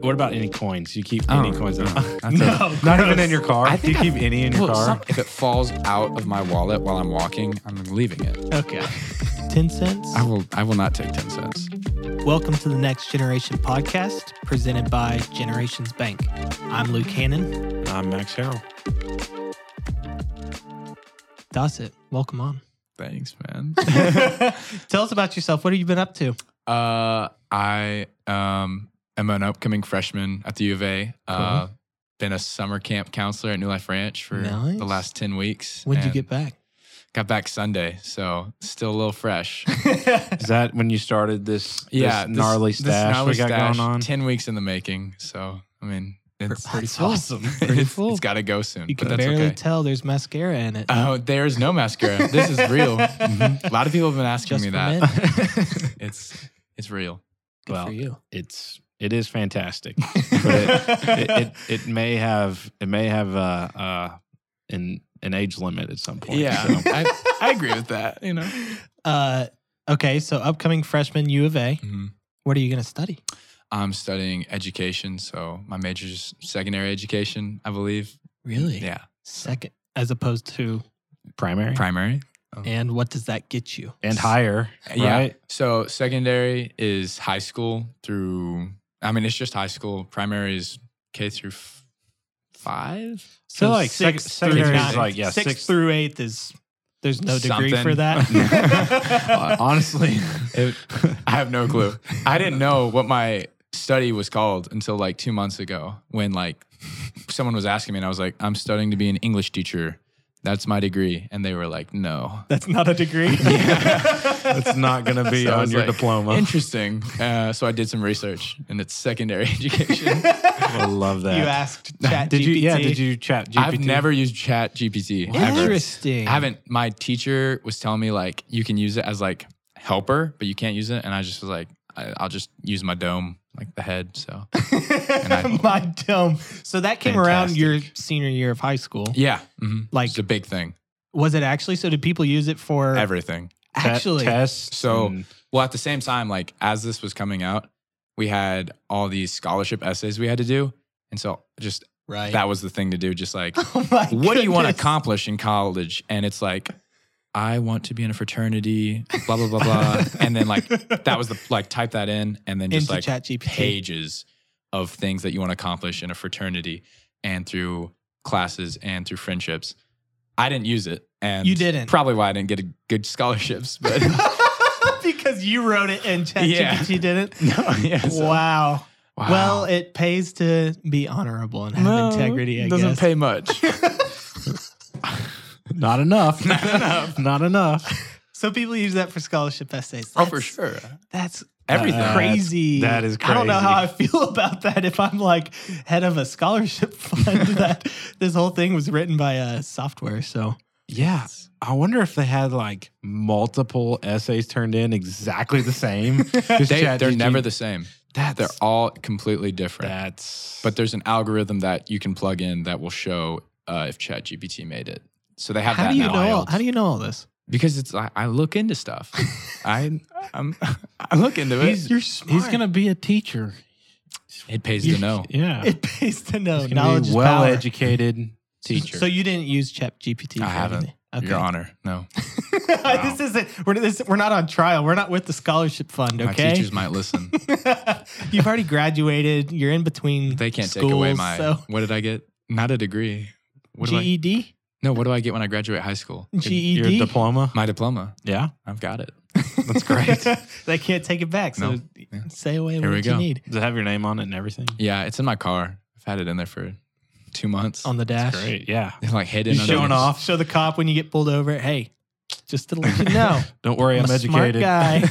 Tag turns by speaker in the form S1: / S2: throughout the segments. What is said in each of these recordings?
S1: What about any coins? You keep
S2: Oh,
S1: any coins? at all?
S2: That's
S3: No,
S2: it. not even
S3: gross.
S2: in your car.
S1: I
S2: Do you
S1: think
S2: keep
S1: I-
S2: any in your
S1: well,
S2: car?
S1: some-
S2: if it falls out of my wallet while I'm walking, I'm leaving it.
S3: Okay.
S4: Ten cents.
S2: I will. I will not take ten cents.
S4: Welcome to the Next Generation podcast presented by Generations Bank. I'm Luke Cannon.
S1: I'm Max Harrell.
S4: Dossett, welcome on.
S2: Thanks, man.
S4: Tell us about yourself. What have you been up to?
S2: Uh, I um am an upcoming freshman at the U of A. Uh, been a summer camp counselor at New Life Ranch for
S4: Nice.
S2: the last ten weeks.
S4: When did you
S2: and
S4: get back?
S2: Got back Sunday, so still a little fresh.
S1: Is that when you started this?
S2: yeah,
S1: this gnarly
S2: this
S1: stash
S2: gnarly
S1: we got
S2: stash,
S1: going on.
S2: Ten weeks in the making. So I mean, it's
S4: Pretty
S2: it's-
S4: full. Pretty
S2: it's-
S4: full.
S2: it's got to go soon.
S4: You
S2: but
S4: can
S2: that's
S4: barely
S2: okay.
S4: tell there's mascara in it.
S2: Oh, there's no mascara. This is real. Mhm. A lot of people have been asking
S4: Just
S2: me
S4: for
S2: that. it's it's real.
S4: Good
S1: well,
S4: for you.
S1: It's it is fantastic, but it, it, it it may have it may have uh uh an an age limit at some point.
S2: Yeah,
S1: so.
S2: I, I agree with that. You know.
S4: Uh, okay, so upcoming freshman U of A.
S2: Mhm.
S4: What are you going to study?
S2: I'm studying education, so my major is secondary education, I believe.
S4: Really?
S2: Yeah,
S4: Second, as opposed to,
S1: primary
S2: primary.
S4: and what does that get you?
S1: and higher.
S2: Yeah.
S1: Right?
S2: So secondary is high school through. I mean, it's just high school. Primary is K through f- five.
S1: So, like, sec-
S4: six
S1: secondary
S4: through
S1: is
S4: nine-
S1: like, yeah,
S4: six,
S1: six-
S4: through eighth is there's no degree
S2: Something.
S4: for that.
S1: Honestly,
S2: It- I have no clue. I didn't know what my study was called until like two months ago when like someone was asking me, and I was like, "I'm studying to be an English teacher. That's my degree." And they were like, "No."
S4: That's not a degree.
S1: it's not going to be
S2: So I
S1: on
S2: was
S1: your
S2: like,
S1: diploma.
S2: Interesting. Uh, so I did some research, and it's secondary education.
S1: I love that.
S4: You asked Chat
S1: Did you? Yeah. Did you chat GPT?
S2: I've never used Chat GPT. Ever.
S4: Interesting.
S2: I haven't. My teacher was telling me like you can use it as like helper, but you can't use it. And I just was like, I, I'll just use my dome, like the head. So I-
S4: My dome. So that came around
S2: Fantastic.
S4: your senior year of high school.
S2: yeah, hmm
S4: Like,
S2: it's a big thing.
S4: was it actually? So did people use it for
S2: Everything.
S1: Te-
S4: actually?
S1: tests.
S2: So-
S1: and-
S2: Well, at the same time, like as this was coming out, we had all these scholarship essays we had to do, and so just
S4: Right.
S2: that was the thing to do. Just like,
S4: oh my
S2: what do you want to
S4: goodness.
S2: accomplish in college? And it's like. I want to be in a fraternity, blah blah blah blah, and then like that was the like type that in, and then just
S4: into
S2: like
S4: Chat GPT?
S2: pages of things that you want to accomplish in a fraternity and through classes and through friendships. I didn't use it, and
S4: You didn't.
S2: Probably why I didn't get a good scholarships, but
S4: because you wrote it and Chat
S2: Yeah.
S4: GPT didn't.
S2: no, yeah, so-
S4: Wow.
S2: Wow.
S4: Well, it pays to be honorable and have
S2: No,
S4: integrity. I
S2: doesn't
S4: guess.
S2: pay much.
S1: Not enough. Not enough. Not enough.
S4: So people use that for scholarship essays.
S2: oh, for
S4: That's-
S2: sure,
S4: That's
S2: everything.
S1: Uh,
S4: crazy.
S1: that is
S4: I don't know
S1: crazy.
S4: how I feel about that. If I'm like head of a scholarship fund, that this whole thing was written by a software. So
S1: Yeah. I wonder if they had like multiple essays turned in exactly the same. Just
S2: they,
S1: Chat
S2: they're
S1: GPT.
S2: never the same.
S1: That's
S2: They're all completely different.
S1: that's.
S2: But there's an algorithm that you can plug in that will show uh, if ChatGPT made it. So they have
S4: how
S2: that
S4: do you
S2: now.
S4: know? All, how do you know all this?
S2: Because it's I, I look into stuff. I I'm I look into it.
S1: He's-
S4: You're smart.
S1: he's gonna be a teacher.
S2: it pays to know.
S1: Yeah.
S4: It pays to know.
S1: He's gonna be
S4: Knowledge is
S1: well
S4: power.
S1: educated teacher.
S4: So you didn't use Chat GPT?
S2: I haven't.
S4: Okay.
S2: Your Honor, no.
S4: this isn't. We're this. We're not on trial. We're not with the scholarship fund.
S2: My
S4: Okay.
S2: teachers might listen.
S4: You've already graduated. You're in between.
S2: They can't
S4: schools,
S2: take away my.
S4: so. E
S2: What did I get? Not a degree. What do I,
S4: GED.
S2: no, what do I get when I graduate high school?
S4: GED.
S1: Your diploma.
S2: My diploma.
S1: Yeah.
S2: I've got it.
S1: That's great.
S4: they can't take it back. So
S2: No. Yeah.
S4: say away
S2: Here we
S4: what you
S2: go.
S4: need
S1: Does it have your name on it and everything?
S2: Yeah, it's in my car. I've had it in there for two months.
S4: on the dash.
S1: Great. Yeah.
S2: like hidden.
S1: You
S2: under-
S1: showing off?
S4: Show the cop when you get pulled over. Hey, just to let you know,
S1: Don't worry,
S4: I'm,
S1: I'm,
S4: a
S1: educated.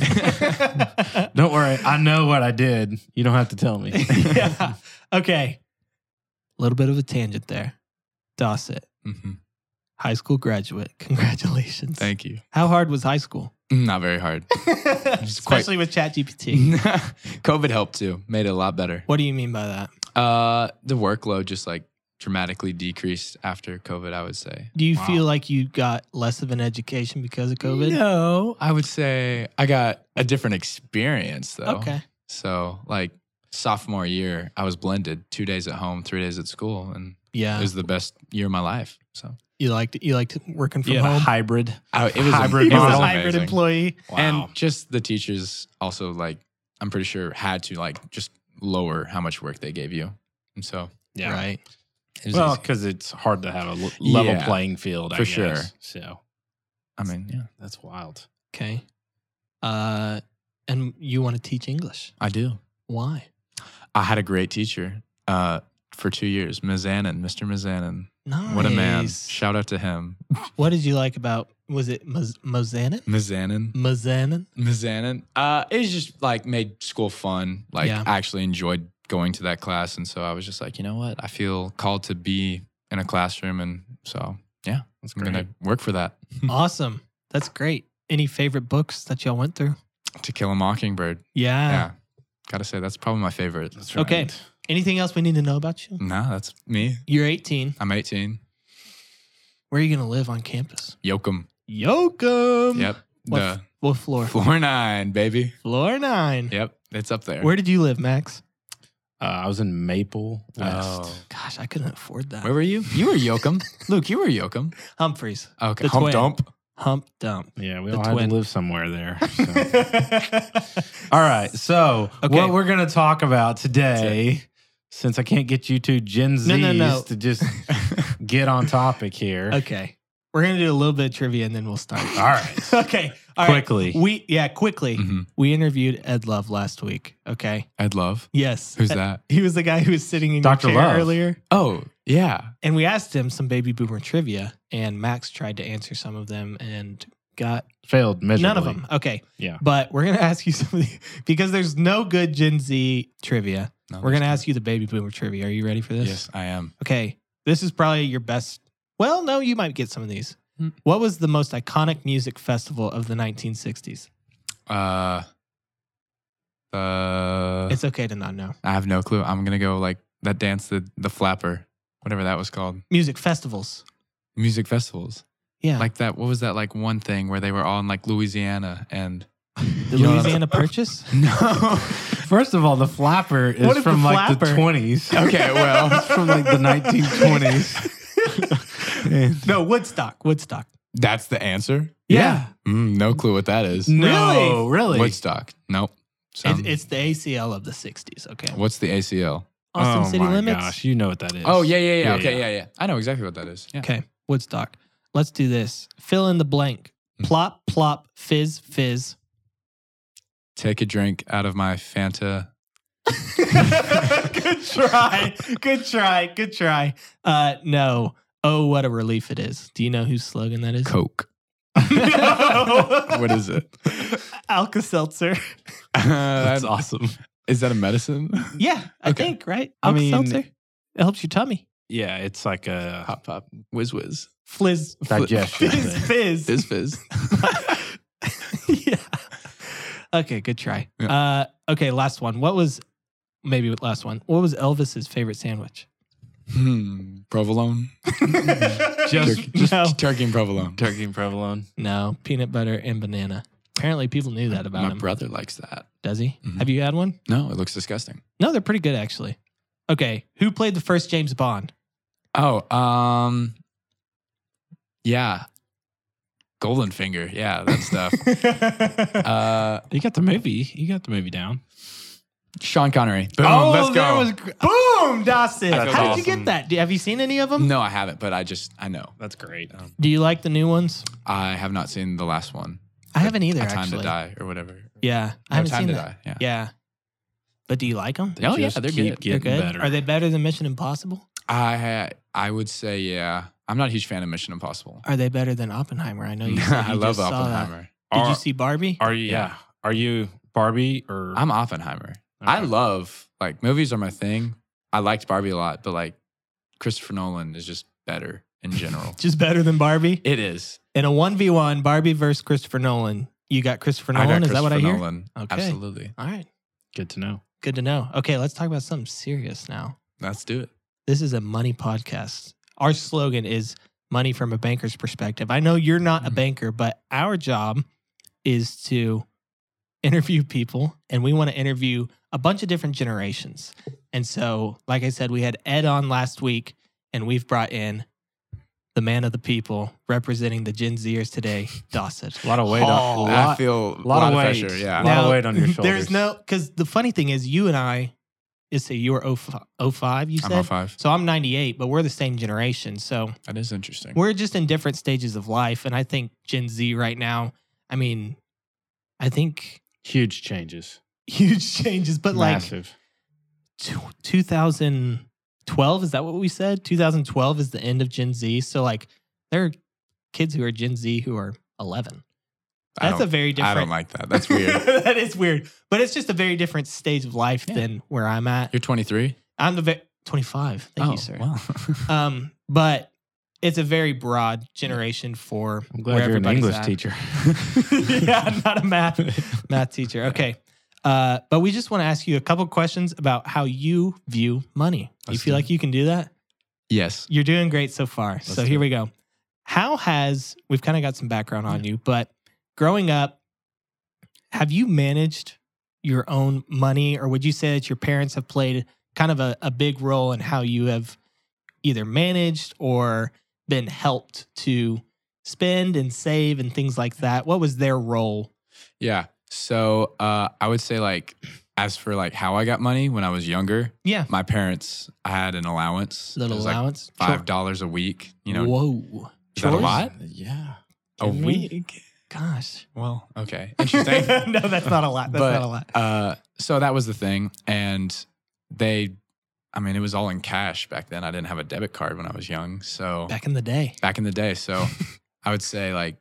S4: smart guy.
S1: Don't worry, I know what I did. You don't have to tell me.
S4: yeah. Okay. A little bit of a tangent there. Dossett,
S2: Mhm.
S4: high school graduate. Congratulations.
S2: Thank you.
S4: How hard was high school?
S2: Not very hard. quite- Mm-hmm.
S4: Especially with ChatGPT.
S2: COVID helped too. Made it a lot better.
S4: What do you mean by that?
S2: Uh, the workload just like dramatically decreased after COVID. I would say.
S4: Do you
S1: Wow.
S4: feel like you got less of an education because of COVID?
S2: Oh, No, I would say I got a different experience though.
S4: Okay.
S2: So like sophomore year, I was blended two days at home, three days at school, and it
S4: Yeah,
S2: was the best year of my life. So
S4: you liked you liked working from
S1: Yeah,
S4: home.
S1: hybrid.
S2: I, it was
S1: Hybrid
S2: it
S4: he
S2: was
S4: was a
S1: model.
S4: hybrid
S2: amazing.
S4: employee.
S1: Wow.
S2: And just the teachers also like I'm pretty sure had to like just lower how much work they gave you. And so
S1: yeah.
S4: Right.
S2: it was
S1: Well,
S2: easy.
S1: because it's hard to have a l- level
S2: Yeah,
S1: playing field I
S2: for
S1: guess.
S2: sure.
S1: So
S2: I mean, yeah.
S1: that's wild.
S4: Okay. Uh, and you want to teach English?
S2: I do.
S4: Why?
S2: I had a great teacher uh, for two years, Ms. Annan, Mr. Ms. Annan.
S4: Nice.
S2: What a man. Shout out to him.
S4: What did you like about? Was it Moz- Mozanin?
S1: Mm.
S2: Ms. Annan.
S4: Mozanin?
S2: Ms. Annan. Uh, it was just like made school fun. Like
S4: Yeah.
S2: I actually enjoyed going to that class. And so I was just like, you know what? I feel called to be in a classroom. And so
S1: That's
S2: I'm
S1: great.
S2: going to work for that.
S4: awesome. That's great. Any favorite books that y'all went through?
S2: to Kill a Mockingbird.
S4: Yeah.
S2: yeah. Gotta say, that's probably my favorite.
S1: That's right.
S4: Okay. Anything else we need to know about you?
S2: Nah, that's me.
S4: You're 18.
S2: I'm 18.
S4: Where are you going to live on campus?
S2: Yoakum.
S4: Yoakum.
S2: Yep.
S4: What,
S2: The
S4: what floor?
S2: floor nine, baby.
S4: Floor nine.
S2: Yep. It's up there.
S4: Where did you live, Max?
S1: Uh, I was in Maple West.
S2: Oh.
S4: Gosh, I couldn't afford that.
S2: Where were you? You were Yoakum. Luke, you were Yoakum.
S4: Humphreys.
S2: Okay.
S4: The
S2: Hump
S4: twin.
S2: dump.
S4: Hump dump.
S1: Yeah, we
S4: The
S1: all
S4: twin.
S1: had to live somewhere there. so. all right. So
S4: Okay.
S1: what we're gonna talk about today, since I can't get you two Gen Zs
S4: No, no, no. Uh,
S1: to just get on topic here.
S4: okay. We're going to do a little bit of trivia and then we'll start.
S1: All right.
S4: okay. All right.
S1: Quickly. Mm-hmm.
S4: We, yeah, quickly.
S2: Mhm.
S4: We interviewed Ed Love last week. Okay.
S2: I'd love.
S4: Yes.
S2: Who's that?
S4: He was the guy who was sitting in
S1: Dr.
S4: your chair
S1: Love.
S4: earlier.
S2: Oh, yeah.
S4: And we asked him some baby boomer trivia, and Max tried to answer some of them and got
S1: Failed miserably.
S4: none of them. Okay.
S1: Yeah.
S4: But we're going to ask you some of the, because there's no good Gen Z trivia.
S2: No,
S4: We're going to
S2: that's-
S4: ask you the baby boomer trivia. Are you ready for this?
S2: Yes, I am.
S4: Okay. This is probably your best. Well, no, you might get some of these.
S2: Hmm.
S4: What was the most iconic music festival of the 1960s?
S2: Uh, uh,
S4: It's okay to not know.
S2: I have no clue. I'm gonna go like that dance, the the flapper, whatever that was called.
S4: Music festivals.
S2: Music festivals,
S4: Yeah.
S2: like that. What was that like one thing where they were all in like Louisiana and
S4: the
S2: you know what I'm-
S4: Louisiana Purchase?
S2: no?
S1: First of all, the flapper is
S4: What if
S1: from
S4: the
S1: like the
S4: flapper-
S1: twenties.
S2: okay, well,
S1: it's from like the nineteen twenties.
S4: No, Woodstock. Woodstock.
S2: that's the answer.
S1: Yeah.
S2: Mm, no clue what that is.
S1: No, really?
S2: Woodstock. Nope. Some-
S4: It, it's the ACL of the 60s. Okay.
S2: what's the ACL?
S4: Austin
S1: oh
S4: City
S1: my
S4: Limits.
S1: gosh, you know what that is.
S2: Oh yeah, yeah, yeah.
S1: Yeah,
S2: okay,
S1: yeah.
S2: yeah. yeah, I know exactly what that is. Yeah.
S4: Okay. Woodstock. Let's do this. Fill in the blank.
S2: Hmm.
S4: Plop, plop, fizz, fizz.
S2: Take a drink out of my Fanta.
S4: good try. Good try. Good try. Uh, no. Oh, what a relief it is. Do you know whose slogan that is?
S2: Coke.
S4: no.
S2: What is it?
S4: Alka Seltzer.
S1: that's
S2: That's
S1: awesome.
S2: Is that a medicine?
S4: Yeah, I
S2: Okay.
S4: think, right?
S1: I
S4: Alka
S1: mean-
S4: Seltzer. It helps your tummy.
S1: Yeah, it's like a
S2: Pop pop. Whiz whiz.
S4: Fliz.
S1: digestion.
S4: Fizz,
S1: thing.
S4: fizz.
S2: Fizz fizz.
S4: yeah. Okay, good try.
S2: Yeah.
S4: Uh, okay, last one. What was maybe last one? What was Elvis's favorite sandwich?
S2: Hmm. Provolone.
S1: Just-
S2: just
S4: no,
S2: turkey and provolone.
S1: Turkey and provolone.
S4: no, peanut butter and banana. Apparently, people knew that about
S2: my
S4: him.
S2: brother likes that.
S4: Does he?
S2: Mhm.
S4: Have you had one?
S2: No, it looks disgusting.
S4: No, they're pretty good actually. Okay, who played the first James Bond?
S2: Oh, um, yeah, golden finger. Yeah, that stuff. uh,
S1: You got the movie. You got the movie down.
S2: Sean Connery. Boom.
S4: oh,
S2: let's
S4: there
S2: go.
S4: was boom, Dawson.
S1: That's
S4: How did you
S1: awesome.
S4: get that? Do- Have you seen any of them?
S2: no, I haven't, but I just I know.
S1: That's great.
S4: Do you like the new ones?
S2: I have not seen the last one.
S4: I haven't either.
S2: A Time
S4: actually.
S2: to Die or whatever.
S4: Yeah, I
S2: No,
S4: haven't
S2: Time
S4: seen
S2: to
S4: that.
S2: Die. Yeah.
S4: Yeah, but do you like them?
S2: Oh, yeah,
S1: Just
S2: they're
S1: keep
S2: good.
S1: Getting
S4: They're good.
S1: better.
S4: Are they better than Mission Impossible?
S2: I I would say yeah. I'm not a huge fan of Mission Impossible.
S4: Are they better than Oppenheimer? I know you. Said
S2: I
S4: you
S2: love
S4: just saw that.
S2: Oppenheimer.
S4: Did
S1: Are,
S4: you see Barbie?
S1: are you? Yeah. Are you Barbie or?
S2: I'm Oppenheimer. I
S1: Okay.
S2: love like movies are my thing. I liked Barbie a lot, but like Christopher Nolan is just better in general.
S4: Just better than Barbie.
S2: it is.
S4: In a one v one, Barbie versus Christopher Nolan. You got Christopher
S2: I
S4: Nolan.
S2: got
S4: Is that what I
S2: Christopher
S4: hear?
S2: Nolan.
S4: Okay.
S2: Absolutely.
S4: All right.
S1: Good to know.
S4: Good to know. Okay, let's talk about something serious now.
S2: Let's do it.
S4: This is a money podcast. Our slogan is money from a banker's
S1: Mm-hmm.
S4: perspective. I know you're not a
S2: Mhm.
S4: banker, but our job is to interview people and we want to interview a bunch of different generations. And so, like I said, we had Ed on last week and we've brought in the man of the people representing the Gen Zers today, Dawson.
S1: A lot of weight.
S4: Oh,
S1: on, a
S2: I
S1: lot,
S2: feel a
S1: lot of weight.
S2: pressure. Yeah.
S1: A lot of weight on your shoulders.
S4: There's no, because the funny thing is, you and I, is say you were 05, 05 you said?
S2: I'm 05.
S4: So I'm 98, but we're the same generation. So
S2: That is interesting.
S4: we're just in different stages of life. And I think Gen Z right now, I mean, I think
S1: huge changes.
S4: huge changes, but
S1: Massive.
S4: like tw 2012, is that what we said? 2012 is the end of Gen Z. So like there are kids who are Gen Z who are 11.
S2: I
S4: That's a
S2: don't-
S4: very
S2: I
S4: different.
S2: don't like that. That's weird.
S4: that is weird, but it's just a very different stage of life
S2: Yeah.
S4: than where I'm at.
S2: You're 23.
S4: I'm the ve- 25. Thank
S2: oh,
S4: you, sir.
S2: Wow.
S4: Um, but it's a very broad generation for
S1: I'm
S4: where
S1: glad you're an
S4: everybody's
S1: English
S4: at.
S1: teacher.
S4: yeah, I'm not a math math teacher. Okay. Uh, but we just want to ask you a couple questions about how you view money. you
S2: Let's
S4: feel
S2: do
S4: like you can do that?
S2: yes.
S4: You're doing great so far. so
S2: do
S4: here we go. How has we've kind of got some background
S2: Mm-hmm.
S4: on you, but growing up, have you managed your own money, or would you say that your parents have played kind of a, a big role in how you have either managed or been helped to spend and save and things like that? What was their role?
S2: Yeah. So uh, I would say like as for like how I got money when I was younger,
S4: Yeah.
S2: my parents I had an allowance. It
S4: Little
S2: was,
S4: allowance.
S2: like five dollars a week. You know,
S4: Whoa.
S2: is that a
S1: Chores?
S2: lot?
S1: Yeah.
S2: A
S1: Can
S2: week?
S4: Gosh.
S2: Well, okay,
S4: no,
S2: interesting.
S4: that's not a lot. That's
S2: But,
S4: not a lot.
S2: uh, so that was the thing, and they, I mean, it was all in cash back then. I didn't have a debit card when I was young, so
S4: Back in the day.
S2: back in the day. So I would say like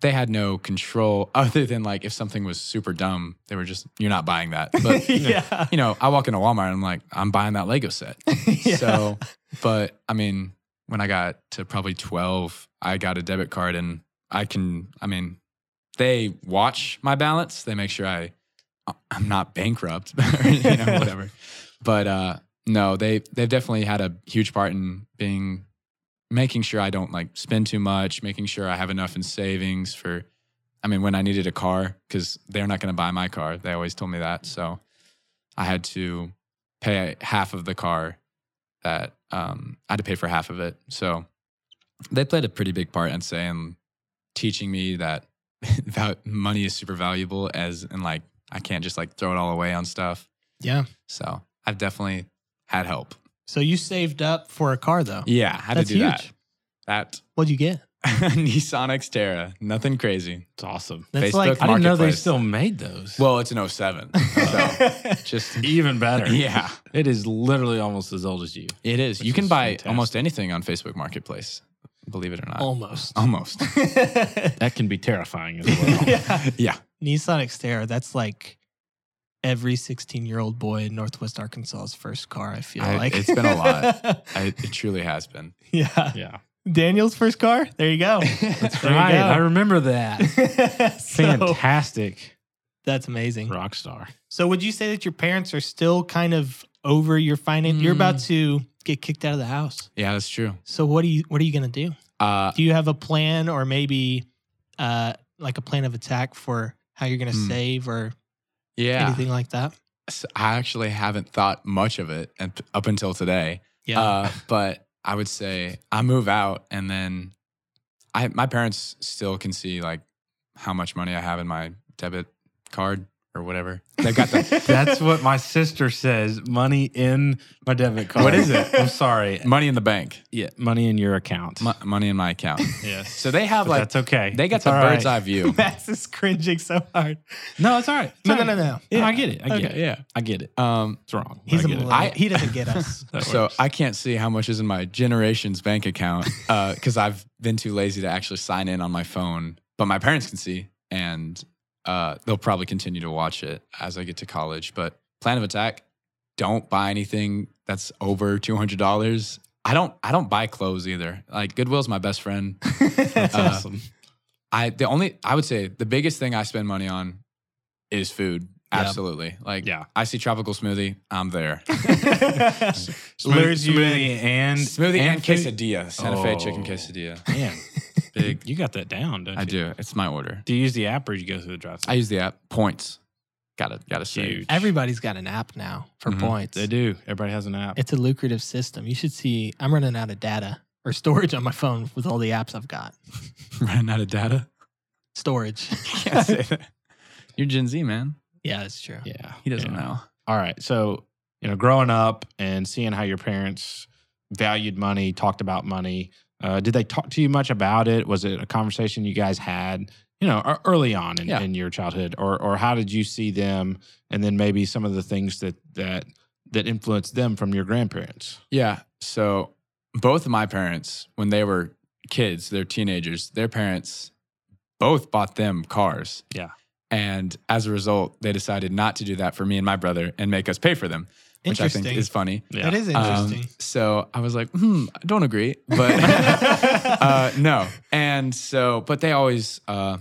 S2: they had no control other than like if something was super dumb, they were just you're not buying that. But
S4: yeah.
S2: you know, I walk into Walmart and I'm like, I'm buying that Lego set.
S4: Yeah.
S2: So, but I mean, when I got to probably 12, I got a debit card and I can, I mean, they watch my balance. They make sure I, I'm not bankrupt, or, you know, whatever. But uh, no, they they've definitely had a huge part in being, making sure I don't like spend too much, making sure I have enough in savings for, I mean, when I needed a car because they're not going to buy my car. They always told me that, so I had to pay half of the car that um, I had to pay for half of it. So they played a pretty big part, I'd say, in teaching me that val- money is super valuable as and like I can't just like throw it all away on stuff.
S4: Yeah.
S2: So I've definitely had help.
S4: So you saved up for a car though.
S2: Yeah, I had
S4: That's
S2: to do
S4: huge.
S2: that.
S4: What'd you get?
S2: That Nissan Xterra, nothing crazy.
S1: It's awesome.
S4: That's
S2: Facebook
S4: like
S1: I didn't know they
S2: Marketplace.
S1: still made those.
S2: Well, it's an 07. So just
S1: even better.
S2: yeah,
S1: It is literally almost as old as you.
S2: it is.
S1: Which
S2: you can
S1: is
S2: buy
S1: fantastic.
S2: almost anything on Facebook Marketplace, believe it or not.
S4: almost.
S2: Almost.
S1: That can be terrifying as well.
S4: yeah.
S2: yeah.
S4: Nissan Xterra, that's like every 16 year old boy in Northwest Arkansas's first car, I feel
S2: I-
S4: like.
S2: it's been a lot. I, it truly has been.
S4: yeah.
S1: yeah.
S4: Daniel's first car? There you go.
S2: That's
S4: There you
S1: right.
S4: go.
S1: I remember that.
S4: So,
S1: Fantastic
S4: that's amazing.
S1: rock star.
S4: So would you say that your parents are still kind of over your finance? You're about
S2: Mm.
S4: to get kicked out of the house.
S2: Yeah, that's true.
S4: So what do you what are you gonna do?
S2: Uh,
S4: Do you have a plan or maybe uh like a plan of attack for how you're gonna
S2: Hmm.
S4: save or
S2: yeah,
S4: anything like that?
S2: S- I actually haven't thought much of it and- up until today.
S4: Yeah.
S2: Uh, but I would say I move out, and then I my parents still can see like how much money I have in my debit card or whatever. They've got the
S1: That's what my sister says. Money in my debit card.
S2: What is it?
S1: I'm sorry.
S2: money in the bank,
S1: Yeah, money in your account.
S2: mo- money in my account.
S1: yes.
S2: So they have
S1: But
S2: like
S1: that's okay.
S2: they got
S1: It's
S2: the
S1: all
S2: bird's
S1: right.
S2: eye view.
S4: Max is cringing so hard.
S1: No, it's all right. It's
S4: No,
S1: all
S4: no,
S1: right.
S4: no, no.
S1: Yeah, I get it. I get it.
S2: yeah.
S1: I get it.
S2: Um,
S1: It's wrong.
S4: He's
S1: I
S4: a
S1: get it.
S4: millennial.
S2: I-
S4: he doesn't get us.
S1: That
S2: so
S1: works.
S2: I can't see how much is in my generation's bank account because I've been too lazy to actually sign in on my phone. But my parents can see, and uh, they'll probably continue to watch it as I get to college. But plan of attack: don't buy anything that's over two hundred dollars. I don't. I don't buy clothes either. Like Goodwill's my best friend.
S1: That's
S2: uh,
S1: awesome.
S2: I the only I would say the biggest thing I spend money on is food.
S4: Yeah.
S2: Absolutely. Like
S1: Yeah.
S2: I see tropical smoothie, I'm there.
S1: Smoothie, smoothie and
S2: smoothie and,
S1: food.
S2: quesadilla, Santa Fe chicken
S1: Oh.
S2: quesadilla.
S1: Man,
S2: Big.
S1: you got that down, don't you?
S2: I do. It's my order.
S1: Do you use the app or do you go through the drive?
S2: I use the app Points. Gotta gotta say.
S1: Huge.
S4: Everybody's got an app now for
S2: Mhm.
S4: points.
S1: Mm-hmm. They do. Everybody has an app.
S4: It's a lucrative system. You should see. I'm running out of data or storage on my phone with all the apps I've got.
S2: Running out of data.
S4: Storage.
S2: Can't say that. You're Gen Z, man.
S4: yeah, that's true.
S1: yeah.
S2: He doesn't
S1: yeah.
S2: know.
S1: All right. So, you know, growing up and seeing how your parents valued money, talked about money, uh, did they talk to you much about it? Was it a conversation you guys had, you know, ear- early on in,
S2: Yeah.
S1: in your childhood? Or or how did you see them and then maybe some of the things that that that influenced them from your grandparents?
S2: Yeah. So both of my parents, when they were kids, they're teenagers, their parents both bought them cars.
S1: Yeah.
S2: And as a result, they decided not to do that for me and my brother and make us pay for them, which I
S4: Interesting.
S2: think is funny.
S1: Yeah.
S4: That
S2: Um,
S4: is interesting.
S2: so I was like, hmm, I don't agree, but uh, no. And so, but they always, uh,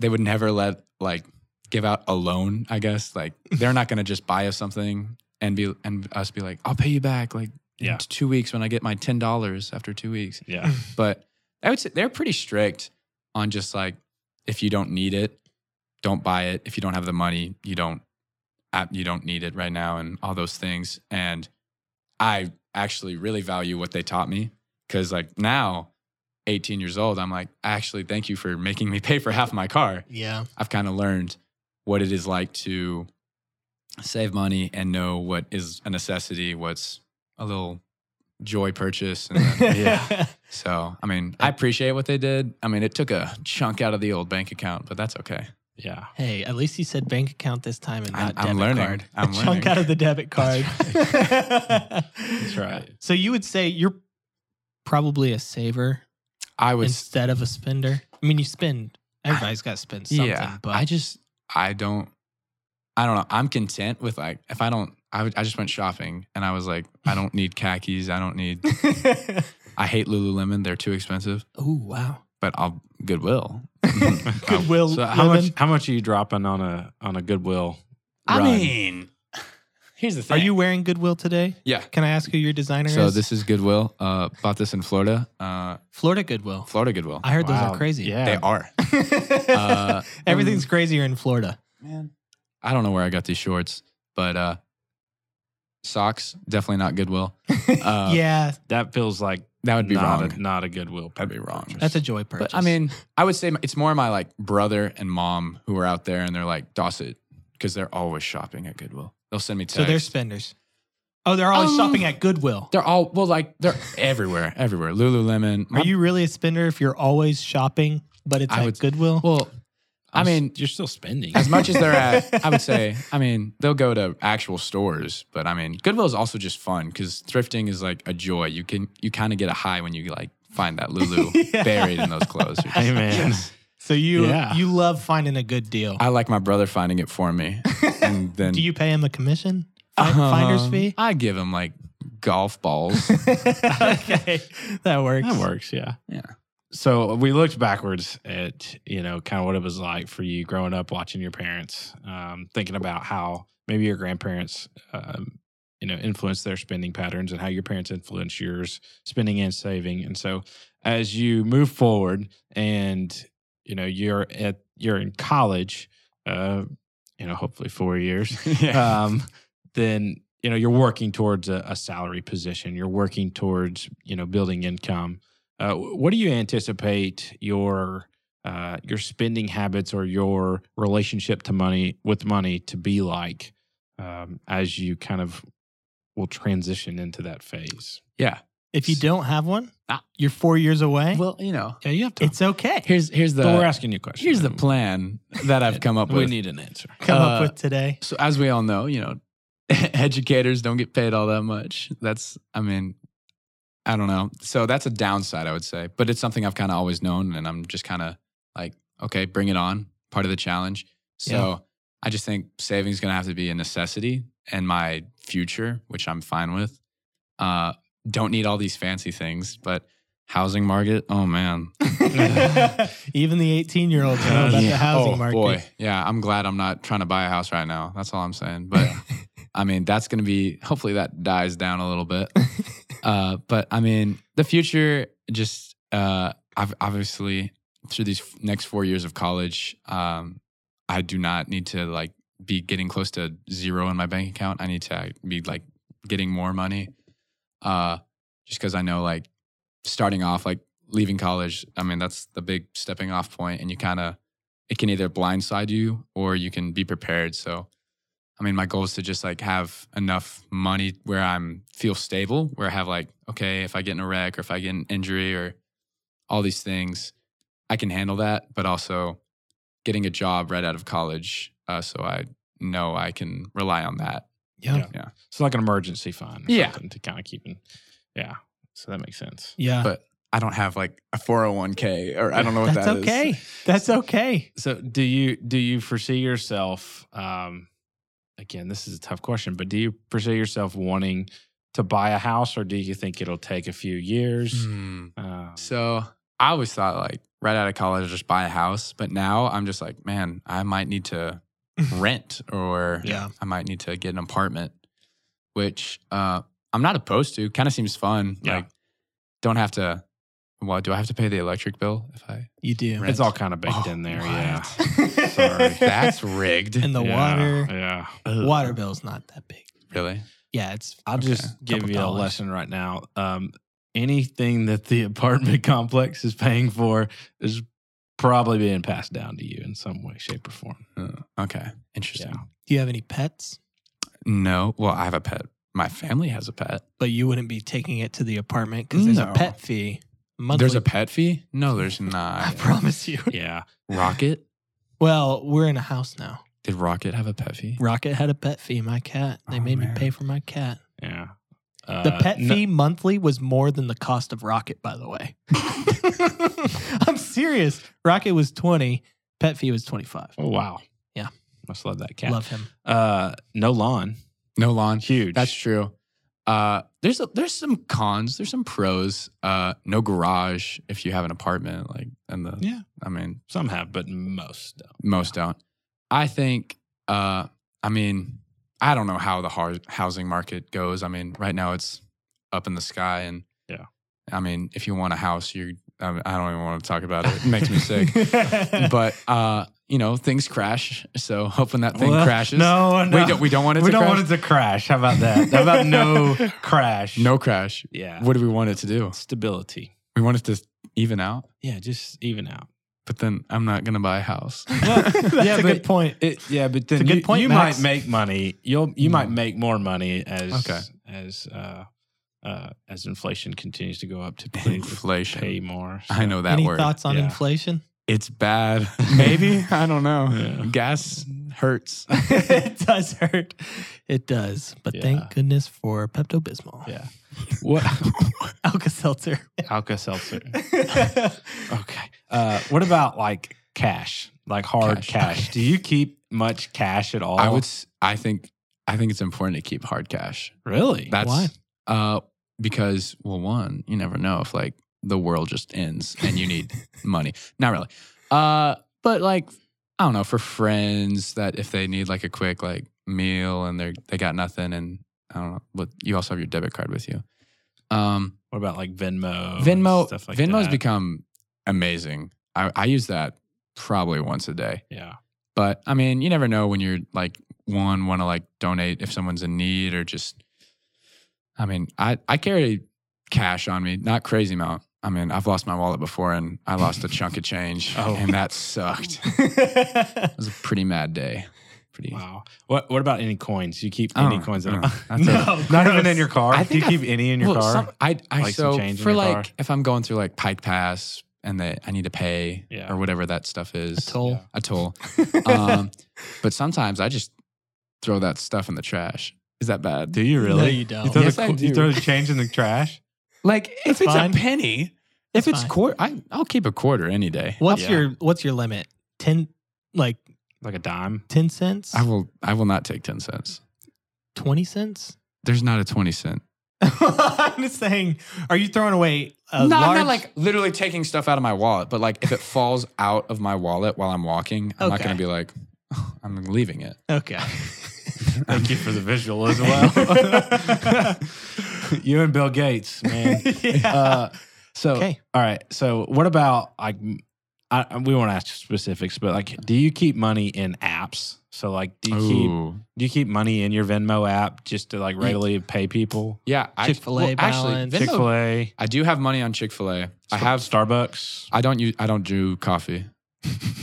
S2: they would never let like give out a loan. I guess like they're not gonna just buy us something and be and us be like, I'll pay you back like in
S1: Yeah.
S2: two weeks when I get my ten dollars after two weeks.
S1: Yeah.
S2: But I would say they're pretty strict on just like if you don't need it, don't buy it. If you don't have the money, you don't uh, you don't need it right now, and all those things. And I actually really value what they taught me because like now, 18 years old, I'm like actually thank you for making me pay for half my car.
S4: yeah.
S2: I've kind of learned what it is like to save money and know what is a necessity, what's a little joy purchase. And then-
S1: Yeah.
S2: so, I mean, I appreciate what they did. I mean, it took a chunk out of the old bank account, but that's okay.
S1: Yeah.
S4: Hey, at least you said bank account this time and
S2: I'm-
S4: not
S2: I'm
S4: debit
S2: learning.
S4: card.
S2: I'm
S4: A
S2: learning.
S4: Chunk out of the debit card.
S1: That's right.
S4: So you would say you're probably a saver
S2: I was,
S4: instead of a spender. I mean, you spend. Everybody's got to spend something,
S2: yeah,
S4: but
S2: I just, I don't, I don't know. I'm content with like, if I don't, I, would, I just went shopping and I was like, I don't need khakis. I don't need, I hate Lululemon. They're too expensive,
S4: oh wow,
S2: but I'll, Goodwill.
S4: Goodwill.
S1: So how much
S4: living.
S1: how much are you dropping on a on a goodwill?
S2: I
S1: run?
S2: mean, here's the
S4: Are you wearing Goodwill today?
S2: Yeah.
S4: Can I ask who your designer
S2: So
S4: is?
S2: this is Goodwill. Uh, bought this in Florida. Uh,
S4: Florida Goodwill.
S2: Florida Goodwill.
S4: I heard those
S1: Wow.
S4: are crazy.
S1: Yeah.
S2: They are. Uh,
S4: Everything's crazier in Florida.
S2: Man, I don't know where I got these shorts, but uh, socks definitely not Goodwill. Uh,
S4: yeah,
S1: That feels like
S2: That would be
S1: not
S2: wrong.
S1: A, not a goodwill.
S2: That'd be wrong.
S1: purchase.
S4: that's a joy purchase.
S2: But I mean, I would say m- it's more my like brother and mom who are out there and they're like Dosset because they're always shopping at Goodwill. They'll send me texts.
S4: so they're spenders. Oh, they're always
S2: Um,
S4: shopping at Goodwill.
S2: They're all well, like they're everywhere, everywhere. Lululemon.
S4: Are you really a spender if you're always shopping, but it's
S2: I
S4: at
S2: would-
S4: Goodwill?
S2: Well, I
S1: I'm s-
S2: mean,
S1: you're still spending.
S2: as much as they're at, I would say, I mean, they'll go to actual stores, but I mean, Goodwill is also just fun because thrifting is like a joy. You can you kind of get a high when you like find that Lulu
S4: Yeah.
S2: buried in those clothes.
S1: Hey man,
S4: so you
S1: Yeah.
S4: you love finding a good deal.
S2: I like my brother finding it for me, and then
S4: Do you pay him a commission? Fi- finder's
S2: Um,
S4: fee?
S2: I give him like golf balls.
S4: okay, that works.
S1: that works. Yeah,
S2: Yeah.
S1: So we looked backwards at you know kind of what it was like for you growing up, watching your parents, um, thinking about how maybe your grandparents, um, you know, influenced their spending patterns and how your parents influence yours spending and saving. And so as you move forward and you know you're at you're in college, uh, you know, hopefully four years.
S2: yeah.
S1: um, then you know you're working towards a, a salary position. You're working towards you know building income. Uh, wh- what do you anticipate your uh, your spending habits or your relationship to money with money to be like um, as you kind of will transition into that phase?
S2: yeah.
S4: If you don't have one,
S2: Ah.
S4: you're four years away.
S2: Well, you know,
S1: Yeah, you have to.
S4: it's okay.
S2: here's here's
S1: but we're
S2: the
S1: asking you questions.
S2: here's the plan that I've come up
S1: We
S2: with.
S1: need an answer.
S4: Come up
S2: uh,
S4: with today.
S2: So as we all know, you know, educators don't get paid all that much. That's I mean, I don't know. So that's a downside I would say, but it's something I've kind of always known and I'm just kind of like, okay, bring it on, part of the challenge. So
S4: Yeah.
S2: I just think savings going to have to be a necessity in my future, which I'm fine with. Uh don't need all these fancy things, but housing market, oh man.
S4: Even the 18 year olds know about the
S1: Yeah.
S4: housing
S2: oh,
S4: market.
S2: Boy, yeah, I'm glad I'm not trying to buy a house right now. That's all I'm saying. But I mean, that's going to be hopefully that dies down a little bit. Uh, but I mean, the future just uh, I've obviously through these f- next four years of college, um, I do not need to like be getting close to zero in my bank account. I need to be like getting more money. Uh, just because I know like starting off, like leaving college, I mean, that's the big stepping off point, and you kind of it can either blindside you or you can be prepared. So, I mean, my goal is to just like have enough money where I'm feel stable, where I have like, okay, if I get in a wreck or if I get an injury or all these things, I can handle that. But also getting a job right out of college, uh, so I know I can rely on that.
S4: Yeah.
S1: Yeah.
S2: Yeah.
S1: It's like an emergency fund. or
S2: Yeah.
S1: something To kind of keep in. Yeah. So that makes sense.
S4: Yeah.
S2: But I don't have like a 401k or I don't know what
S4: That's
S2: that is.
S4: okay. That's okay.
S1: So do you do you foresee yourself um again this is a tough question but do you foresee yourself wanting to buy a house or do you think it'll take a few years?
S2: Hmm.
S1: Um,
S2: So I always thought like right out of college, I'll just buy a house. But now I'm just like, man, I might need to rent or
S4: Yeah.
S2: I might need to get an apartment, which uh, I'm not opposed to. Kind of seems fun.
S1: Yeah.
S2: Like, don't have to. Well, do I have to pay the electric bill if I?
S4: You do.
S1: it's all kind of baked
S2: Oh,
S1: in there,
S2: what?
S1: yeah.
S2: Sorry, that's rigged.
S4: And the
S1: Yeah,
S4: water
S1: Yeah.
S4: water bill's not that big.
S2: really?
S4: Yeah, it's
S1: I'll
S2: Okay.
S1: just give
S4: Couple
S1: you
S4: dollars.
S1: a lesson right now. Um, anything that the apartment complex is paying for is probably being passed down to you in some way, shape, or form.
S2: Uh, okay, interesting.
S1: Yeah.
S4: do you have any pets?
S2: No, well, I have a pet. My family has a pet.
S4: But you wouldn't be taking it to the apartment because there's
S2: No.
S4: a pet fee. Monthly.
S2: There's a pet fee? No, there's
S4: I
S2: not.
S4: promise you.
S1: Yeah.
S2: Rocket?
S4: Well, we're in a house now.
S2: Did Rocket have a pet fee?
S4: Rocket had a pet fee. My cat. They
S2: Oh,
S4: made
S2: man.
S4: me pay for my cat.
S1: Yeah. Uh,
S4: The pet
S1: no-
S4: fee monthly was more than the cost of Rocket, by the way. I'm serious. Rocket was 20, pet fee was 25.
S1: oh, wow.
S4: Yeah.
S1: Must love that cat.
S4: Love him.
S1: Uh, no lawn.
S2: No lawn.
S1: Huge.
S2: That's true. Uh, there's a, there's some cons. There's some pros. Uh, no garage if you have an apartment. Like and the
S1: Yeah.
S2: I mean
S1: Some have, but most don't.
S2: most don't. I think. Uh, I mean, I don't know how the har- housing market goes. I mean, right now it's up in the sky, and
S1: Yeah.
S2: I mean, if you want a house, you I, mean, I don't even want to talk about it. It makes me sick. but uh, you know, things crash. So hoping that thing
S1: Well,
S2: crashes.
S1: No, no.
S2: we don't. We don't want it.
S1: We
S2: to
S1: don't
S2: crash.
S1: want it to crash. How about that? How about no crash?
S2: No crash.
S1: Yeah.
S2: What do we want it to do?
S1: Stability.
S2: We want it to even out,
S1: Yeah. Just even out.
S2: but then I'm not gonna buy a house.
S4: That's
S1: Yeah,
S4: a good
S1: but-
S4: point.
S1: It, yeah, but then
S4: a good
S1: you,
S4: point,
S1: you
S4: Max.
S1: might make money. You'll you might
S2: Mm.
S1: make more money as
S2: Okay.
S1: as uh, uh, as inflation continues to go up. Typically, people pay
S2: Inflation.
S1: more.
S2: I know that
S4: Any
S2: word.
S4: thoughts on
S1: Yeah.
S4: inflation?
S2: It's bad. Maybe I don't know.
S1: Yeah.
S2: Gas hurts.
S4: it does hurt. It does. But
S1: Yeah.
S4: thank goodness for Pepto Bismol,
S1: Yeah,
S2: What?
S4: Alka Seltzer.
S1: Alka Seltzer.
S4: I
S1: okay. Uh, what about like cash, like hard
S2: Cash.
S1: cash? Do you keep much cash at all?
S2: I would. s- I think. I think it's important to keep hard cash.
S1: really.
S2: That's
S4: Why?
S2: Uh, because well, one, you never know if like the world just ends and you need money. Not really. Uh, but like I don't know for friends that if they need like a quick like meal and they are they got nothing and I don't know, but you also have your debit card with you. Um,
S1: what about like Venmo? Oh, and
S2: Venmo.
S1: stuff like
S2: Venmo's
S1: that?
S2: become amazing. I, I use that probably once a day.
S1: yeah,
S2: But I mean, you never know when you're like one want to like donate if someone's in need or just. I mean, I I carry cash on me, not crazy amount. I mean, I've lost my wallet before, and I lost a chunk of change,
S1: Oh.
S2: and that sucked. It was a pretty mad day. Pretty.
S1: wow. What What about any coins? You keep
S2: I
S1: any
S2: don't-
S1: coins
S2: I
S1: at all?
S2: don't know. That's a-
S4: No,
S1: not
S4: gross.
S1: even in your car.
S2: I
S1: Do you
S2: think I-
S1: keep any in your
S2: Well,
S1: car?
S2: some- I I
S1: Like some
S2: so
S1: change in
S2: for
S1: your
S2: like
S1: car?
S2: if I'm going through like Pike Pass and that I need to pay
S1: Yeah.
S2: or whatever that stuff is
S4: toll.
S2: a toll. Um, but sometimes I just throw that stuff in the trash. Is that bad?
S1: do you really?
S4: No, you don't.
S1: You throw,
S2: Yes,
S1: the,
S2: I
S1: co- you
S2: do.
S1: throw the change in the trash?
S2: Like
S4: That's
S2: if it's
S4: fine.
S2: a penny,
S4: That's
S2: if it's
S4: fine.
S2: quarter, I, I'll keep a quarter any day.
S4: What's
S1: Yeah.
S4: your what's your limit? Ten like
S1: Like a dime?
S4: ten cents?
S2: I will. I will not take ten cents.
S4: Twenty cents?
S2: There's not a twenty cent.
S4: I'm just saying, are you throwing away a
S2: no, I'm
S4: large
S2: not like literally taking stuff out of my wallet, but like if it falls out of my wallet while I'm walking, I'm not
S4: Okay.
S2: gonna be like, "Oh, I'm leaving it.
S4: Okay.
S1: Thank you for the visual as well. you and Bill Gates, man.
S4: yeah.
S1: Uh, so,
S4: okay.
S1: all right. So, what about like, m- I, we won't ask specifics, but like, do you keep money in apps? So like, do you keep
S2: Ooh.
S1: do you keep money in your Venmo app just to like readily pay people?
S2: Yeah. I-
S4: Chick-fil-A balance.
S2: Actually, Venmo-
S1: Chick Fil A.
S2: I do have money on Chick Fil A. I have.
S1: Starbucks.
S2: I don't use. I don't do coffee.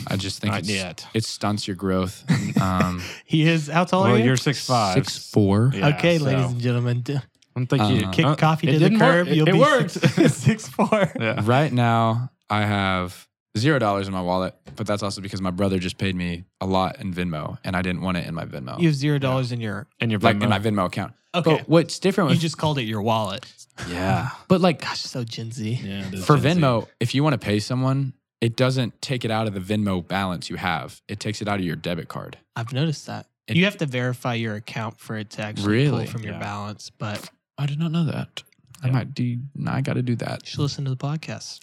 S2: I just think
S1: Not
S2: it's,
S1: yet.
S2: it stunts your growth. Um,
S4: He is. How tall
S1: Well,
S4: are you?
S1: you're six five.
S2: Six four.
S1: Yeah,
S4: okay,
S1: so
S4: ladies and gentlemen, d-
S1: I don't think you
S2: Uh,
S4: kick
S1: uh,
S4: coffee
S1: it
S4: to the
S1: didn't work.
S4: curb.
S1: It-
S4: You'll
S1: it
S4: be
S1: worked.
S4: Six, six four.
S1: Yeah.
S2: Right now, I have zero dollars in my wallet, but that's also because my brother just paid me a lot in Venmo, and I didn't want it in my Venmo,
S4: You have zero dollars in your.
S1: And your
S2: like
S1: Venmo.
S2: in my Venmo account.
S4: Okay,
S2: But what's different
S4: you
S2: with
S4: just called it your wallet.
S1: yeah.
S2: but like
S4: Gosh, so Gen Z.
S1: Yeah. it is
S2: for
S1: Gen Z.
S2: Venmo, if you want to pay someone, it doesn't take it out of the Venmo balance you have. It takes it out of your debit card.
S4: I've noticed that.
S2: It-
S4: you have to verify your account for it to actually
S2: Really?
S4: pull from your
S1: Yeah.
S4: balance. But
S2: I did not know that. I
S1: Yeah.
S2: might do. I got to do that.
S4: you should listen to the podcast.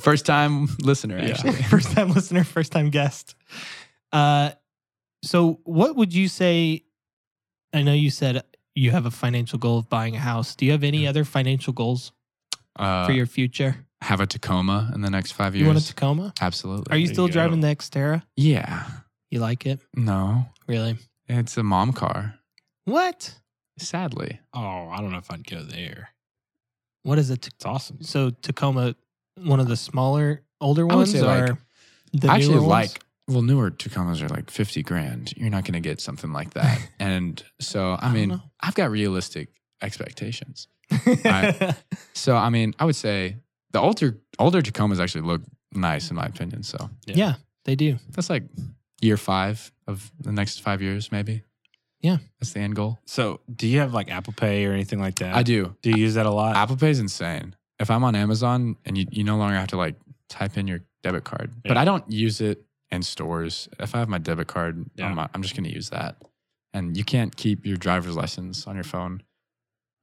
S2: First time listener,
S1: Yeah.
S2: actually.
S4: first time listener, first time guest. Uh, so what would you say? I know you said you have a financial goal of buying a house. Do you have any other financial goals
S2: Uh,
S4: for your future?
S2: have a Tacoma in the next five years.
S4: You want a Tacoma?
S2: Absolutely.
S4: Are you
S1: There
S4: still
S1: you go.
S4: driving the Xterra?
S2: Yeah.
S4: You like it?
S2: No,
S4: Really?
S2: it's a mom car.
S4: What?
S2: Sadly,
S1: Oh, I don't know if I'd go there.
S4: What is it?
S1: It's awesome.
S4: So Tacoma, one of the smaller, older
S2: I would
S4: ones,
S2: say, like,
S4: or the
S2: I actually
S4: newer ones?
S2: like. Well, newer Tacomas are like fifty grand. You're not going to get something like that. and so,
S4: I
S2: I
S4: don't
S2: mean,
S4: know.
S2: I've got realistic expectations. I- So, I mean, I would say the older older Tacomas actually look nice in my opinion. So
S1: Yeah.
S4: yeah, they do.
S2: that's like year five of the next five years, maybe.
S4: Yeah.
S2: that's the end goal.
S1: So, do you have like Apple Pay or anything like that?
S2: I do.
S1: Do you use that a lot?
S2: Apple Pay is insane. If I'm on Amazon and you, you no longer have to like type in your debit card, but
S1: Yeah.
S2: I don't use it in stores. If I have my debit card,
S1: Yeah.
S2: on my, I'm just going to use that. And you can't keep your driver's license on your phone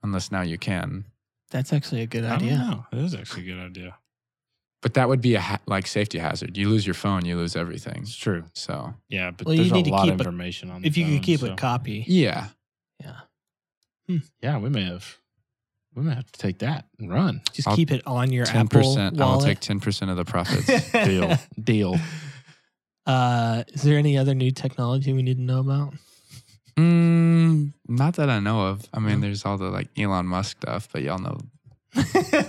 S2: unless now you can.
S4: That's actually a good
S1: I don't
S4: idea.
S1: know. That is actually a good idea.
S2: But that would be a ha- like safety hazard. You lose your phone, you lose everything.
S1: It's true.
S2: So
S1: Yeah, but
S4: Well, you
S1: there's a
S4: need to
S1: lot of
S4: keep a-
S1: information on. the
S4: If you
S1: phone,
S4: could keep
S1: so.
S4: a copy,
S2: yeah,
S4: yeah,
S1: yeah, we may have, we may have to take that and run.
S4: just
S2: I'll-
S4: keep it on your
S2: ten
S4: Apple
S2: percent. I will
S4: wallet.
S2: take ten percent of the profits.
S1: Deal, deal.
S4: Uh, is there any other new technology we need to know about?
S2: mm, not that I know of. I mean,
S4: No.
S2: there's all the like Elon Musk stuff, but y'all know.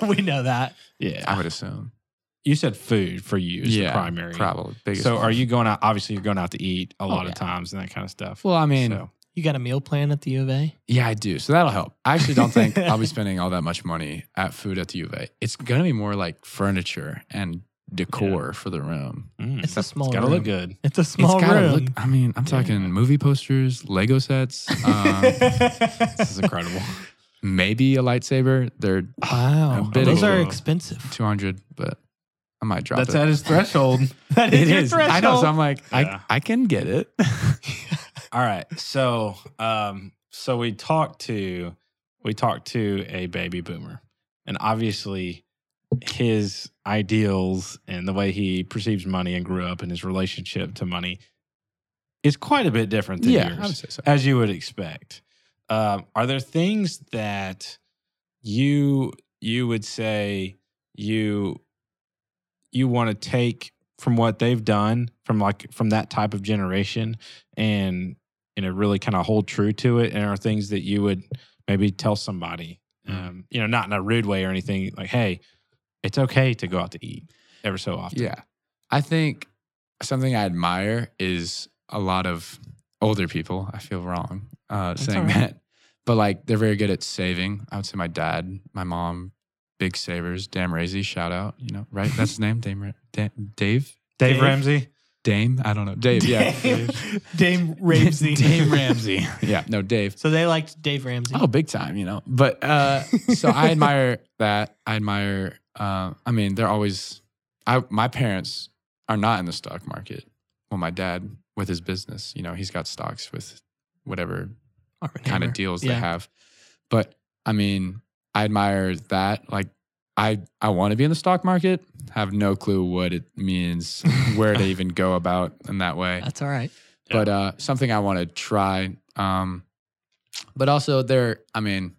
S4: we know that.
S1: Yeah,
S2: I would assume.
S1: you said food for you is the primary.
S2: Probably. Biggest
S1: So,
S2: one.
S1: are you going out? Obviously, you're going out to eat a lot
S4: Oh, yeah.
S1: of times and that kind of stuff.
S2: Well, I mean,
S1: So,
S4: You got a meal plan at the U of A?
S2: yeah, I do. So that'll help. I actually don't think I'll be spending all that much money at food at the UVA. It's going to be more like furniture and decor for the room.
S1: mm,
S4: It's a small
S1: it's gotta
S4: room.
S1: look good.
S4: It's a small
S2: it's gotta look.
S4: room.
S2: I mean, I'm talking movie posters, Lego sets, um,
S1: This is incredible.
S2: maybe a lightsaber. They're
S4: wow,
S2: A bit
S4: those
S1: of-
S4: are expensive.
S2: 200, but I might drop
S1: That's
S2: it.
S1: at his threshold.
S4: That
S2: it is. I know. So I'm like,
S1: Yeah.
S2: I, I can get it.
S1: All right. So, um, so we talked to we talked to a baby boomer, and obviously, his ideals and the way he perceives money and grew up and his relationship to money is quite a bit different than
S2: yeah, I would
S1: yours,
S2: say so.
S1: as you would expect. Um, are there things that you you would say you you want to take from what they've done from like from that type of generation and you know really kind of hold true to it and are things that you would maybe tell somebody
S2: Mm.
S1: um, you know not in a rude way or anything like hey it's okay to go out to eat ever so often
S2: Yeah. I think something I admire is a lot of older people. I feel wrong uh,
S1: That's
S2: saying
S1: all right.
S2: that, but like they're very good at saving. I would say my dad, my mom, big savers. Dame Ramsey, shout out. You know, right? That's his name, Dame. Ra- Da- Dave.
S1: dave,
S4: Dave?
S1: ramsey
S2: Dame. I don't know. Dave. Yeah.
S4: Dame, Dame Ramsey.
S2: Dame Ramsey. Yeah. No, Dave.
S4: So they liked Dave Ramsey.
S2: Oh, big time, you know. But uh, so I admire that. I admire. Uh, I mean, they're always. I my parents are not in the stock market. Well, my dad with his business, you know, he's got stocks with whatever
S4: Arm &
S2: kind
S4: Hammer.
S2: of deals
S4: Yeah.
S2: they have. But I mean, I admire that. Like, I I want to be in the stock market. Have no clue what it means, where to even go about in that way
S4: That's all right.
S2: but uh, something I want to try. Um, but also there, I mean,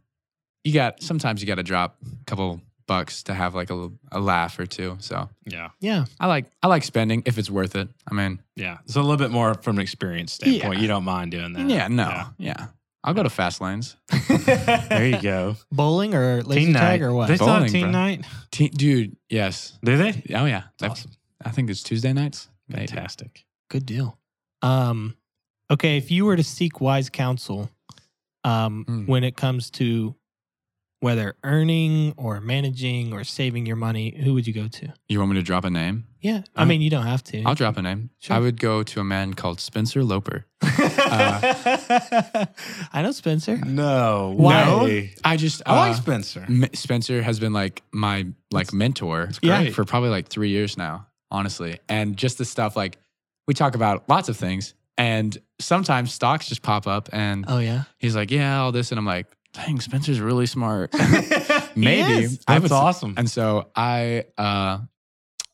S2: you got sometimes you got to drop a couple bucks to have like a, l- a laugh or two. So
S1: Yeah.
S4: Yeah.
S2: I like I like spending if it's worth it. I mean,
S1: Yeah. It's a little bit more from an experience standpoint.
S2: Yeah.
S1: You don't mind doing that.
S2: yeah, no,
S1: Yeah.
S2: yeah. I'll go to fast lanes.
S1: There you go.
S4: Bowling or laser
S1: Teen
S4: tag
S1: night.
S4: or what?
S1: They still have
S2: Bowling,
S1: teen
S2: bro.
S1: night.
S2: Te- dude, yes.
S1: Do they?
S2: Oh yeah, I-
S1: awesome.
S2: I think it's Tuesday nights. Maybe.
S1: Fantastic.
S4: Good deal. Um, okay, if you were to seek wise counsel um,
S2: Hmm.
S4: when it comes to whether earning or managing or saving your money, who would you go to?
S2: You want me to drop a name?
S4: Yeah, I
S2: Uh,
S4: mean, you don't have to.
S2: I'll drop a name.
S4: Sure.
S2: I would go to a man called Spencer Loper.
S1: Uh,
S4: I know Spencer.
S2: Mm.
S1: No.
S4: Why?
S1: way.
S2: I just
S1: I like
S2: uh,
S1: Spencer.
S2: M- Spencer has been like my like mentor
S1: great.
S2: yeah, for probably like three years now, honestly. And just the stuff like we talk about lots of things, and sometimes stocks just pop up, and
S4: Oh yeah,
S2: he's like, "Yeah, all this," and I'm like, "Dang, Spencer's really smart."
S4: He
S2: Maybe
S4: is.
S2: I would.
S1: That's awesome.
S2: And so I, uh,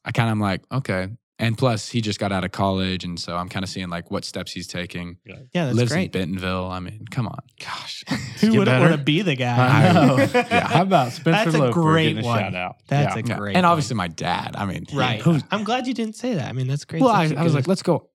S2: I kind of am like, okay. And plus, he just got out of college, and so I'm kind of seeing like what steps he's taking.
S4: yeah, that's
S2: Lives in
S4: great.
S2: Bentonville. I mean, come on.
S1: Gosh. Get
S4: Who wouldn't
S1: better.
S4: want to be the guy?
S1: I know. yeah. How
S4: yeah,
S1: about Spencer
S4: That's a
S1: Loper
S4: great
S1: getting a
S4: one.
S1: shout out?
S4: that's
S1: yeah.
S4: a
S2: Yeah.
S4: great.
S2: And
S4: one.
S2: obviously, my dad. I mean, he-
S4: right?
S2: who's-
S4: I'm glad you didn't say that. I mean, that's great.
S2: Well,
S4: that
S2: I,
S4: you
S2: I was
S4: did.
S2: like, let's go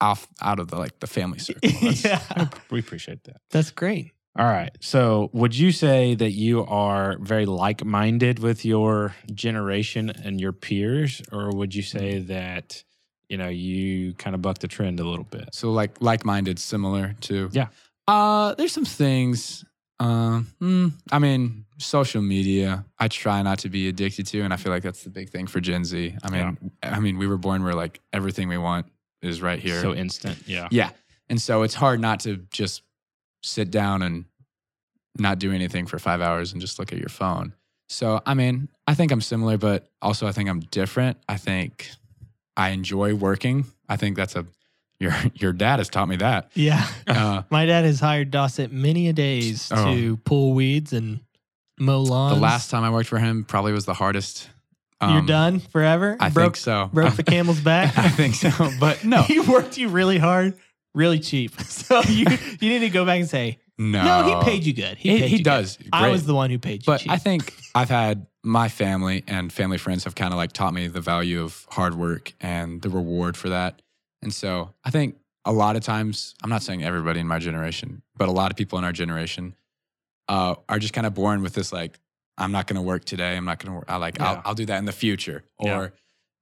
S2: off out of the like the family circle. That's-
S4: yeah,
S1: we appreciate that.
S4: that's great.
S1: All right. So, would you say that you are very like minded with your generation and your peers, or would you say that, you know, you kind of buck the trend a little bit?
S2: So like like minded, similar to
S1: Yeah.
S2: Uh, there's some things. Um, mm, I mean, social media. I try not to be addicted to, and I feel like that's the big thing for Gen Z. I mean, I mean, we were born where like everything we want is right here.
S1: So instant. Yeah.
S2: yeah, and so it's hard not to just sit down and not do anything for five hours and just look at your phone. So, I mean, I think I'm similar, but also I think I'm different. I think I enjoy working. I think that's a your your dad has taught me that.
S4: Yeah.
S2: Uh,
S4: My dad has hired Dossett many a days
S2: Oh.
S4: to pull weeds and mow lawns.
S2: Uh, the last time I worked for him probably was the hardest.
S4: you're
S2: Um,
S4: done forever.
S2: I
S4: broke
S2: think so.
S4: broke the camel's back.
S2: I think so, but no,
S4: he worked you really hard, really cheap. So you you need to go back and say
S2: no,
S4: no. he paid you good. He,
S2: He,
S4: paid
S2: he
S4: you
S2: does.
S4: Good. I
S2: Great.
S4: was the one who paid you.
S2: But
S4: cheap.
S2: I think I've had my family and family friends have kind of like taught me the value of hard work and the reward for that. And so I think a lot of times, I'm not saying everybody in my generation, but a lot of people in our generation uh, are just kind of born with this like, I'm not going to work today. I'm not going to work. I like,
S1: Yeah.
S2: I'll, I'll do that in the future. Or,
S1: Yeah.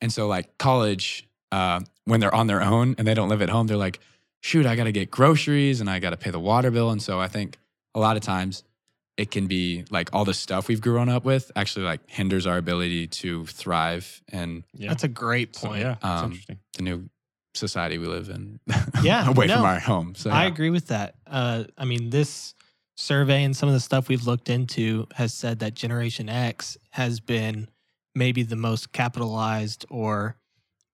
S2: and so like college, uh, when they're on their own and they don't live at home, they're like, shoot, I got to get groceries and I got to pay the water bill. And so I think a lot of times it can be like all the stuff we've grown up with actually like hinders our ability to thrive in
S1: Yeah.
S4: that's a great
S1: so,
S4: point.
S1: yeah. That's
S2: Um,
S1: interesting.
S2: the new society we live in.
S4: Yeah,
S2: away
S4: no.
S2: from our home. So
S4: I
S2: yeah.
S4: agree with that. Uh, I mean, this survey and some of the stuff we've looked into has said that Generation X has been maybe the most capitalized or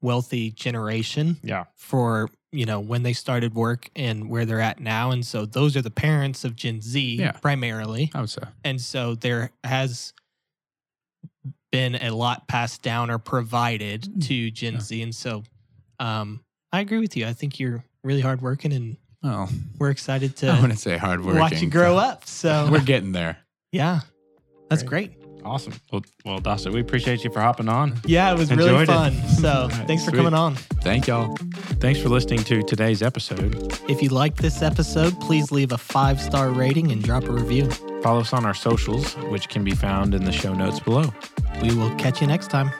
S4: wealthy generation
S1: Yeah.
S4: for you know when they started work and where they're at now and so those are the parents of gen z
S2: Yeah.
S4: primarily
S2: I would say.
S4: and so there has been a lot passed down or provided to gen
S2: Mm. Yeah.
S4: z and so um i agree with you i think you're really hardworking and
S2: Well,
S4: we're excited
S2: I
S4: to
S2: wouldn't say hard working.
S4: watch you grow up so
S2: We're getting there.
S4: yeah that's great,
S1: Awesome. Well, well, Dawson, we appreciate you for hopping on.
S4: yeah it was really
S1: Enjoyed it.
S4: fun so
S1: right,
S4: thanks for
S2: sweet.
S4: coming on
S2: Thank y'all.
S1: Thanks for listening to today's episode.
S4: if you liked this episode please leave a five star rating and drop a review
S1: Follow us on our socials, which can be found in the show notes below.
S4: we will catch you next time